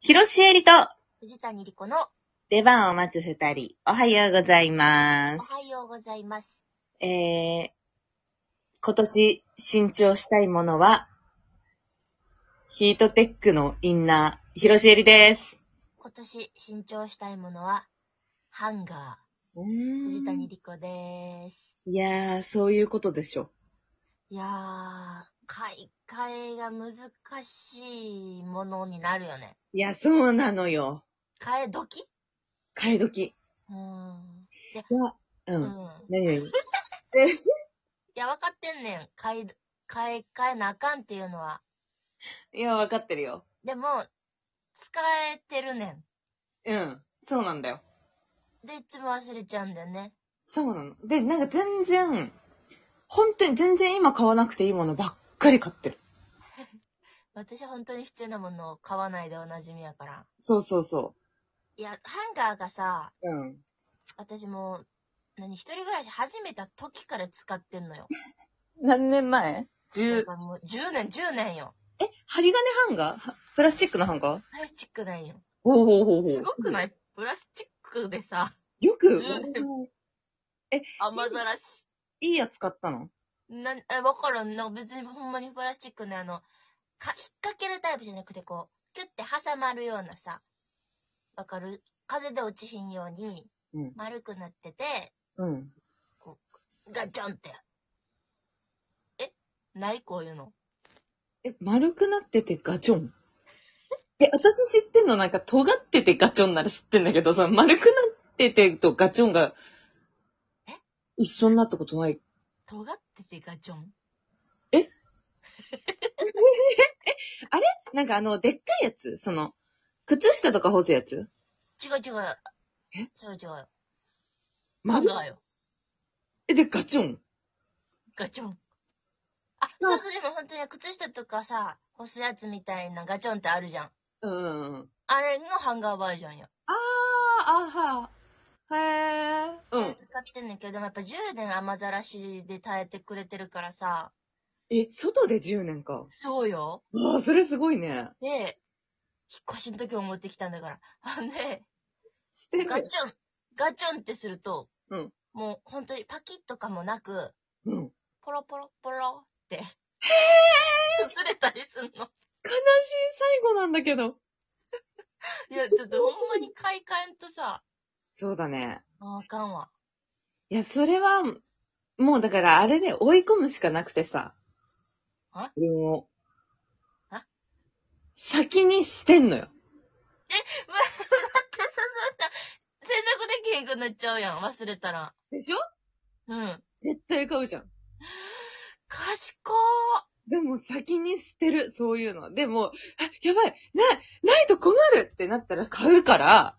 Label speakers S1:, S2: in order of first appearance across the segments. S1: 広瀬えりと
S2: 藤谷莉子の
S1: 出番を待つ二人、おはようございま
S2: お
S1: す。
S2: はようございます。
S1: えー、今年新調したいものは、ヒートテックのインナー、広瀬えりです。
S2: 今年新調したいものは、ハンガー。藤
S1: 藤
S2: 谷莉子です。
S1: いやー、そういうことでしょ。
S2: いやー、買い替えが難しいものになるよね。
S1: いや、そうなのよ。
S2: 替え時
S1: 買い時。
S2: うーん。
S1: う。
S2: うんん。
S1: 何々
S2: いや、わかってんねん。買い、買い替えなあかんっていうのは。
S1: いや、わかってるよ。
S2: でも、使えてるね
S1: うん。そうなんだよ。
S2: ん。で、いつも忘れちゃうんだよね。
S1: そうなの。で、なんか全然、本当に全然今買わなくていいものばっかり買ってる。
S2: 私本当に必要なものを買わないでおなじみやから。
S1: そうそうそ
S2: いや、ハンガーがさ、
S1: う。うん。
S2: 私もう、何、一人暮らし始めた時から使ってんのよ。
S1: 何年前
S2: だ
S1: 十
S2: か、らもう10年、10年よ。
S1: え、針金ハンガーはプラスチックのハンガー
S2: プラスチックなんよ。
S1: おおおお
S2: すごくないいプラスチックでさ、
S1: よく、
S2: 十年雨ざらし。
S1: いいやつ買ったの
S2: なん、え、わからん。なんか別にほんまにプラスチックのあの、か、引っ掛けるタイプじゃなくてこう、キュッて挟まるようなさ、わかる風で落ちひんように
S1: うん、
S2: 丸くなってて、
S1: うん。
S2: ガチョンって。えないこういうの。
S1: え、丸くなっててガチョン。 え、私知ってんのなんか尖っててガチョンなら知ってんだけどさ、丸くなっててとガチョンが
S2: え、
S1: 一緒になったことない。
S2: 尖っててガチョン
S1: なんかあの、でっかいやつその、靴下とか干すやつ
S2: 違う違う。
S1: え
S2: そう違うよ。ハ
S1: マ
S2: ンガーよ。
S1: え、でガチョン。
S2: ガチョン。あ、そうそう、でも本当に靴下とかさ、干すやつみたいなガチョンってあるじゃん。
S1: うんうんうん。
S2: あれのハンガーバージョンよ。
S1: あー、あはー。へー。うん。
S2: 使ってんねんけど、でもやっぱ10年雨ざらしで耐えてくれてるからさ。
S1: え、外で10年か。
S2: そうよ。
S1: わあ、それすごいね。
S2: で、引っ越しの時も持ってきたんだから。 ほんで、
S1: 捨て
S2: ガチョン、ガチョンってすると、
S1: うん
S2: もう本当にパキッとかもなく、
S1: うん。
S2: ポロポロポロって。へぇー擦れたりすん
S1: 悲
S2: の。
S1: しい最後なんだけど。
S2: いや、ちょっとほんまに買い替えんとさ、
S1: そうだね。
S2: ああかんわ。
S1: いや、それは、もうだからあれで追い込むしかなくてさ。
S2: あ
S1: 自分を
S2: あ。
S1: 先に捨てんのよ。
S2: うわ、待って、さ、そうさ、洗濯できへんくなっちゃうやん、忘れたら。
S1: でしょ
S2: うん。
S1: 絶対買うじゃん。
S2: 賢
S1: でも先に捨てる、そういうの。でも、あ、やばい、ない、ないと困るってなったら買うから、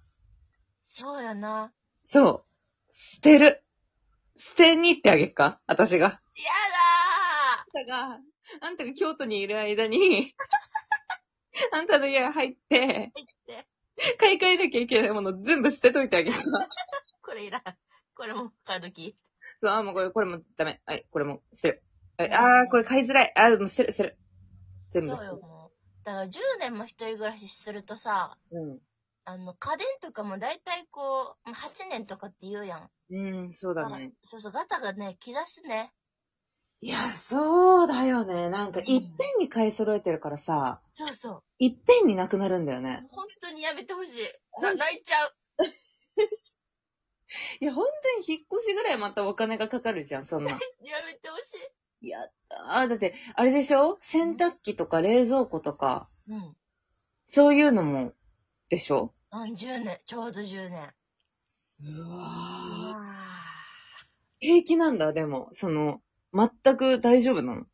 S2: ーそうやな。
S1: そう。捨てる。捨てに行ってあげっか私が。
S2: や
S1: あんたが、あんたが京都にいる間 に、あんたの家入って、
S2: だーって、
S1: 買い替えなきゃいけないもの全部捨てといてあ げる。
S2: これいらん。これも買うとき。
S1: そう、あ、もうこれ、これもダメ。はい、これも捨てる。はい、あー、これ買いづらい。あー、もう捨てる、捨てる。
S2: そ
S1: 全
S2: う
S1: 部。
S2: よ、もう。だから10年も一人暮らしするとさ、
S1: うん。
S2: あの、家電とかも大体こう、もう8年とかって言うやん。
S1: うん、そうだね。
S2: そうそう、ガタがね、気出すね。
S1: いや、そうだよね。なんか、いっぺんに買い揃えてるからさ、
S2: そうそう。
S1: いっぺんになくなるんだよね。
S2: 本当にやめてほしい。
S1: は
S2: ない泣いちゃう。
S1: いや、本当に引っ越しぐらいまたお金がかかるじゃん、そんな。
S2: やめてほしい。
S1: い や、あー、だって、あれでしょ洗濯機とか冷蔵庫とか、
S2: うん。
S1: そういうのも、でしょ
S2: あ、10年。ちょうど10年。
S1: う
S2: う
S1: わ
S2: わ
S1: 平気なんだ、でも。その、全く大丈夫なの。
S2: ー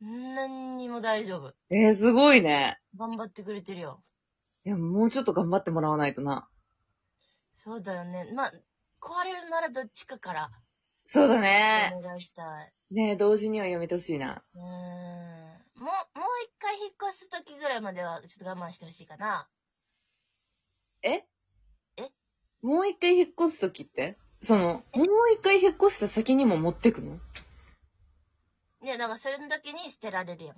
S2: 何にも大丈夫。
S1: えー、すごいね。
S2: 頑張ってくれてるよ。
S1: いや、もうちょっと頑張ってもらわないとな。
S2: そうだよね。まあ、壊れるならどっちかから。
S1: そうだね。
S2: お願いしたい。
S1: ねえ同時にはやめてほしいな。
S2: うーん。もう、もう一回引っ越す時ぐらいまでは、ちょっと我慢してほしいかな。
S1: え
S2: え
S1: もう一回引っ越すときってその、もう一回引っ越した先にも持ってくの
S2: ね、だからそれの時に捨てられるよ。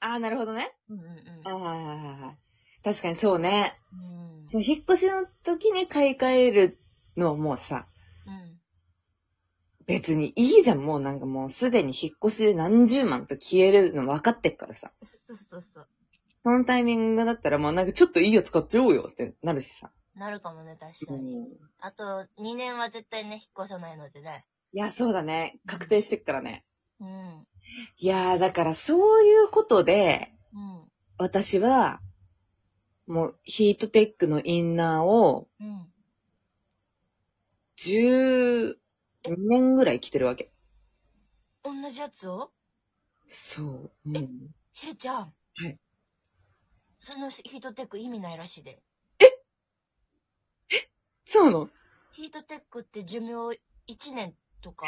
S1: ああ、なるほどね。
S2: うんうんうん。
S1: ああ、はいはいはいはい。確かにそうね。
S2: うん。
S1: その引っ越しの時に買い替えるのはもうさ、
S2: うん。
S1: 別にいいじゃん。もうなんかもうすでに引っ越しで何十万と消えるの分かってっからさ。
S2: そうそうそう。
S1: そのタイミングだったらもうなんかちょっといいやつ買っちゃおうよってなるしさ。
S2: なるかもね、確か
S1: う
S2: に。
S1: ん
S2: あと、2年は絶対ね、引っ越さないのでね。
S1: いや、そうだね。確定してっからね。
S2: うん。
S1: いやー、だからそういうことで、
S2: うん。
S1: 私は、もうヒートテックのインナーを
S2: うん。
S1: 10年ぐらい着てるわけ。
S2: 同じやつを
S1: そう。うん
S2: しーちゃん。
S1: はい。
S2: そのヒートテック意味ないらしいで。
S1: そうなの
S2: ヒートテックって寿命1年とか。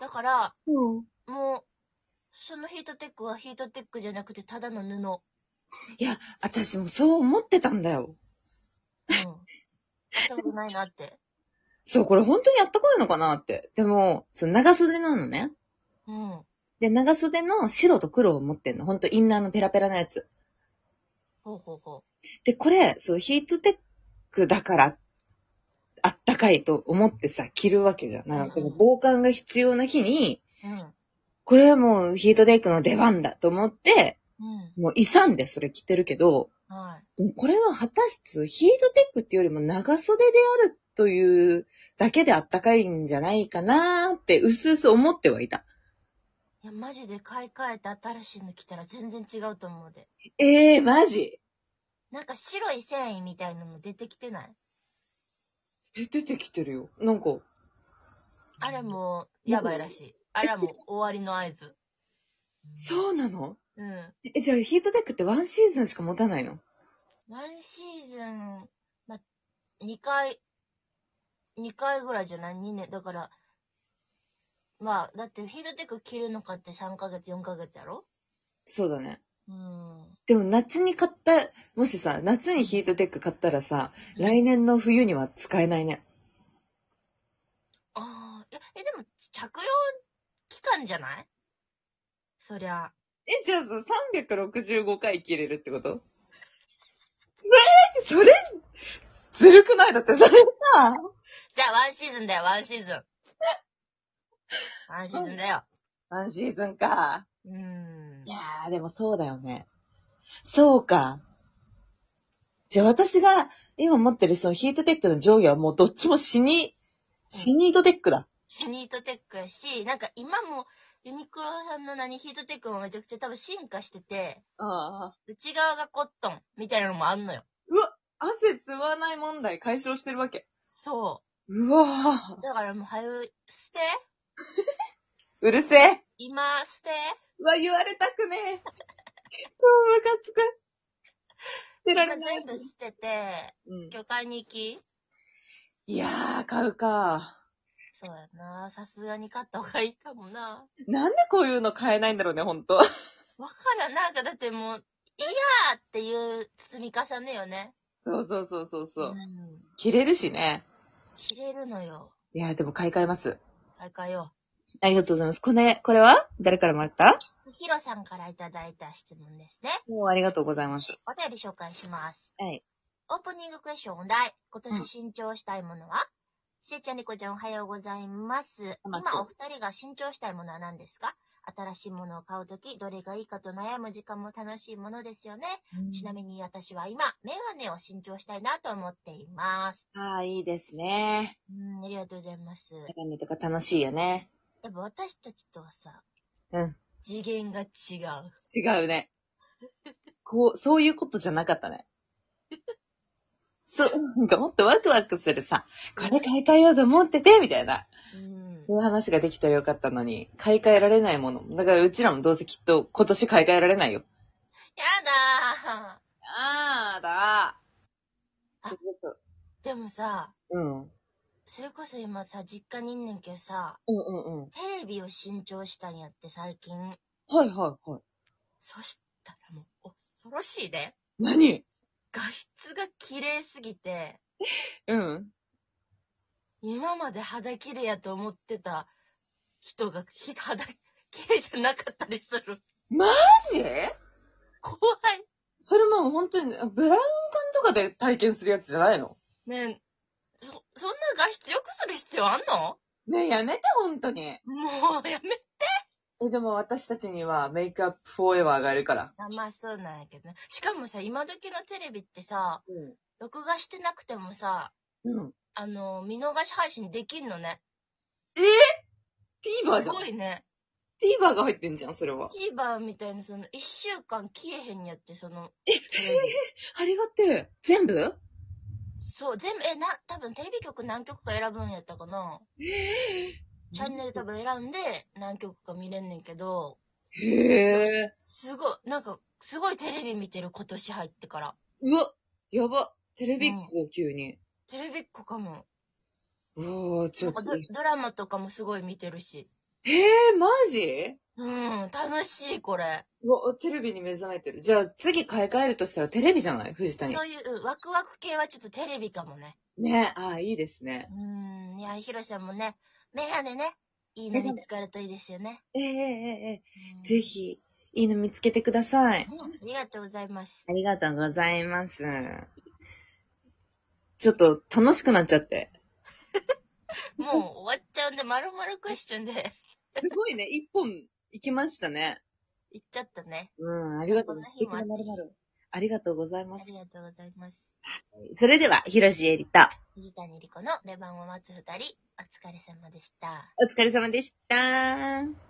S2: だから、
S1: うん。
S2: もう、そのヒートテックはヒートテックじゃなくて、ただの布。
S1: いや、私もそう思ってたんだよ。
S2: うん。したことないなって。
S1: そう、これ本当にあったかいのかなって。でも、その長袖なのね。
S2: うん。
S1: で、長袖の白と黒を持ってんの。ほんとインナーのペラペラなやつ。
S2: ほうほうほ
S1: で、これ、そう、ヒートテックだから、あったかいと思ってさ、着るわけじゃん。なんか、
S2: うんうん
S1: 防寒が必要な日に、
S2: う。うん。
S1: これはもうヒートテックの出番だと思って、
S2: うん。
S1: もう勇んでそれ着てるけど、
S2: はい。
S1: でもこれは果たしてヒートテックっていうよりも長袖であるというだけであったかいんじゃないかなーって、うすうす思ってはいた。
S2: いや、マジで買い替えて新しいの着たら全然違うと思うで。
S1: ええー、マジ
S2: なんか白い繊維みたいなの出てきてない
S1: え、出てきてるよ。なんか。
S2: あれもう、やばいらしい。あれはもう終わりの合図。
S1: そうなの
S2: うん。
S1: え、じゃあヒートテックってワンシーズンしか持たないの
S2: ワンシーズン、ま、2回、2回ぐらいじゃない ?2 年。だから、まあ、だってヒートテック着るのかって3ヶ月、4ヶ月やろ
S1: そうだね。
S2: うん。
S1: でも夏に買った、もしさ、夏にヒートテック買ったらさ、来年の冬には使えないね。
S2: ああ、いや、え、でも、着用期間じゃないそりゃ。
S1: え、じゃあさ、365回切れるってことえそれ、ずるくないだって、それさ、
S2: じゃあ、ワンシーズンだよ、ワンシー ズン。ワンシーズンだよ。
S1: ワンシーズンか。
S2: うーん
S1: い。やー、でもそうだよね。そうか。じゃあ私が今持ってるそのヒートテックの上下はもうどっちも死に、死にートテックだ。
S2: シニートテックやし、なんか今も、ユニクロさんの何ヒートテックもめちゃくちゃ多分進化してて、
S1: ああ。
S2: 内側がコットンみたいなのもあんのよ。
S1: 汗吸わない問題解消してるわけ。
S2: そう
S1: わー
S2: う。。だからもう、はよ、捨て
S1: うるせえ。
S2: 今、捨て
S1: うわ、言われたくねえ。 超ムカつく。出られ
S2: 今
S1: ない。
S2: 全部捨てて、
S1: うん
S2: 魚介に行き
S1: いやー、買うか。
S2: そうやな。さすがに買った方がいいかもな。
S1: なんでこういうの買えないんだろうね、ほんと。
S2: わからん。なんかだってもう、いやーっていう積み重ねよね。
S1: そうそうそうそうそうう。
S2: ん。
S1: 着れるしね。
S2: 切れるのよ。
S1: いやー、でも買い替えます。
S2: 買い替えよ
S1: ありがとうございます。これ、これは誰からもらった
S2: う。ヒロさんからいただいた質問ですね。
S1: もうありがとうございます。
S2: お便り紹介します。
S1: はい。
S2: オープニングクエスチョンお題。今
S1: うん
S2: 年新調したいものは、しーちゃん、にこちゃんおはようございます。
S1: あ待って
S2: 今お二人が新調したいものは何ですか新しいものを買うとき、どれがいいかと悩む時間も楽しいものですよね。ちなみに私は今、メガネを新調したいなと思っています。
S1: ああ、いいですね。
S2: うん、ありがとうございます。
S1: メガネとか楽しいよね。
S2: やっぱ私たちとはさ、
S1: うん。
S2: 次元が違う。
S1: 違うね。こう、そういうことじゃなかったね。そう、なんかもっとワクワクするさ、これ買い替えようと思ってて、みたいな。
S2: うん
S1: そ。ういう話ができたらよかったのに、買い替えられないもの。だからうちらもどうせきっと今年買い替えられないよ。
S2: やだ
S1: あーだ
S2: あ
S1: ちょっと、
S2: ーでもさ、
S1: うん。うん
S2: それこそ今さ、実家にいんねんけどさ、
S1: うんうん。
S2: テレビを新調したんやって最近。
S1: はいはいはい。
S2: そしたらもう、恐ろしいね。
S1: 何
S2: 画質が綺麗すぎて、
S1: うん。
S2: 今まで肌綺麗やと思ってた人が、ひ肌綺麗じゃなかったりする。
S1: マジのも本当に、ブラウン管とかで体験するやつじゃないの
S2: ねえ、そ、そんな画質良くする必要あんの
S1: ねえ、やめて、本当に。
S2: もうやめ。
S1: え、でも私たちにはメイクアップフォーエバーがいるから。
S2: あまあそうなんやけどね。しかもさ、今時のテレビってさ、録画してなくてもさ、
S1: うん。うん。
S2: あの、見逃し配信できんのね。
S1: TVer
S2: す
S1: だ。
S2: ごいね。
S1: TVer が入ってんじゃん、それは。
S2: TVer みたいな、その、一週間消えへんやって、そ の、
S1: ありがてえ。全部
S2: そう、全部、え、な、多分テレビ局何局か選ぶんやったかな。チャンネル多分選んで、何局か見れんねんけど、
S1: へえ。
S2: すごい、なんか、すごいテレビ見てる今年入ってから。
S1: うわ、やば。テレビっ子、急に。
S2: テレビっ子かも。
S1: うわーち
S2: な
S1: ょ
S2: ん
S1: っと
S2: か。ドドラマとかもすごい見てるし。
S1: へえ、マジ
S2: うん、楽しい、これ。
S1: うわ、テレビに目覚めてる。じゃあ次買い替えるとしたらテレビじゃない藤谷。
S2: そういう、うんワクワク系はちょっとテレビかもね。
S1: ねああ、いいですね。
S2: うん、いや、ひろしさんもね、メガネね、いいの見つかるといいですよね。
S1: えええええ
S2: うん
S1: えぜひ、いいの見つけてください。
S2: うんありがとうございます。
S1: ありがとうございます。ちょっと楽しくなっちゃって。
S2: もう終わっちゃうんで、まるまるクエスチョンで
S1: すごいね、一本行きましたね。
S2: 行っちゃったね。
S1: うん、ありがとうございます。素
S2: こんな
S1: 敵
S2: 日
S1: な
S2: もあって
S1: 〇〇ありがとうござい
S2: あ
S1: ます。
S2: りがとうございます。
S1: それでは、ひろしえりと、
S2: 藤谷莉子の出番を待つ二人、お疲れ様でした。
S1: お疲れ様でした。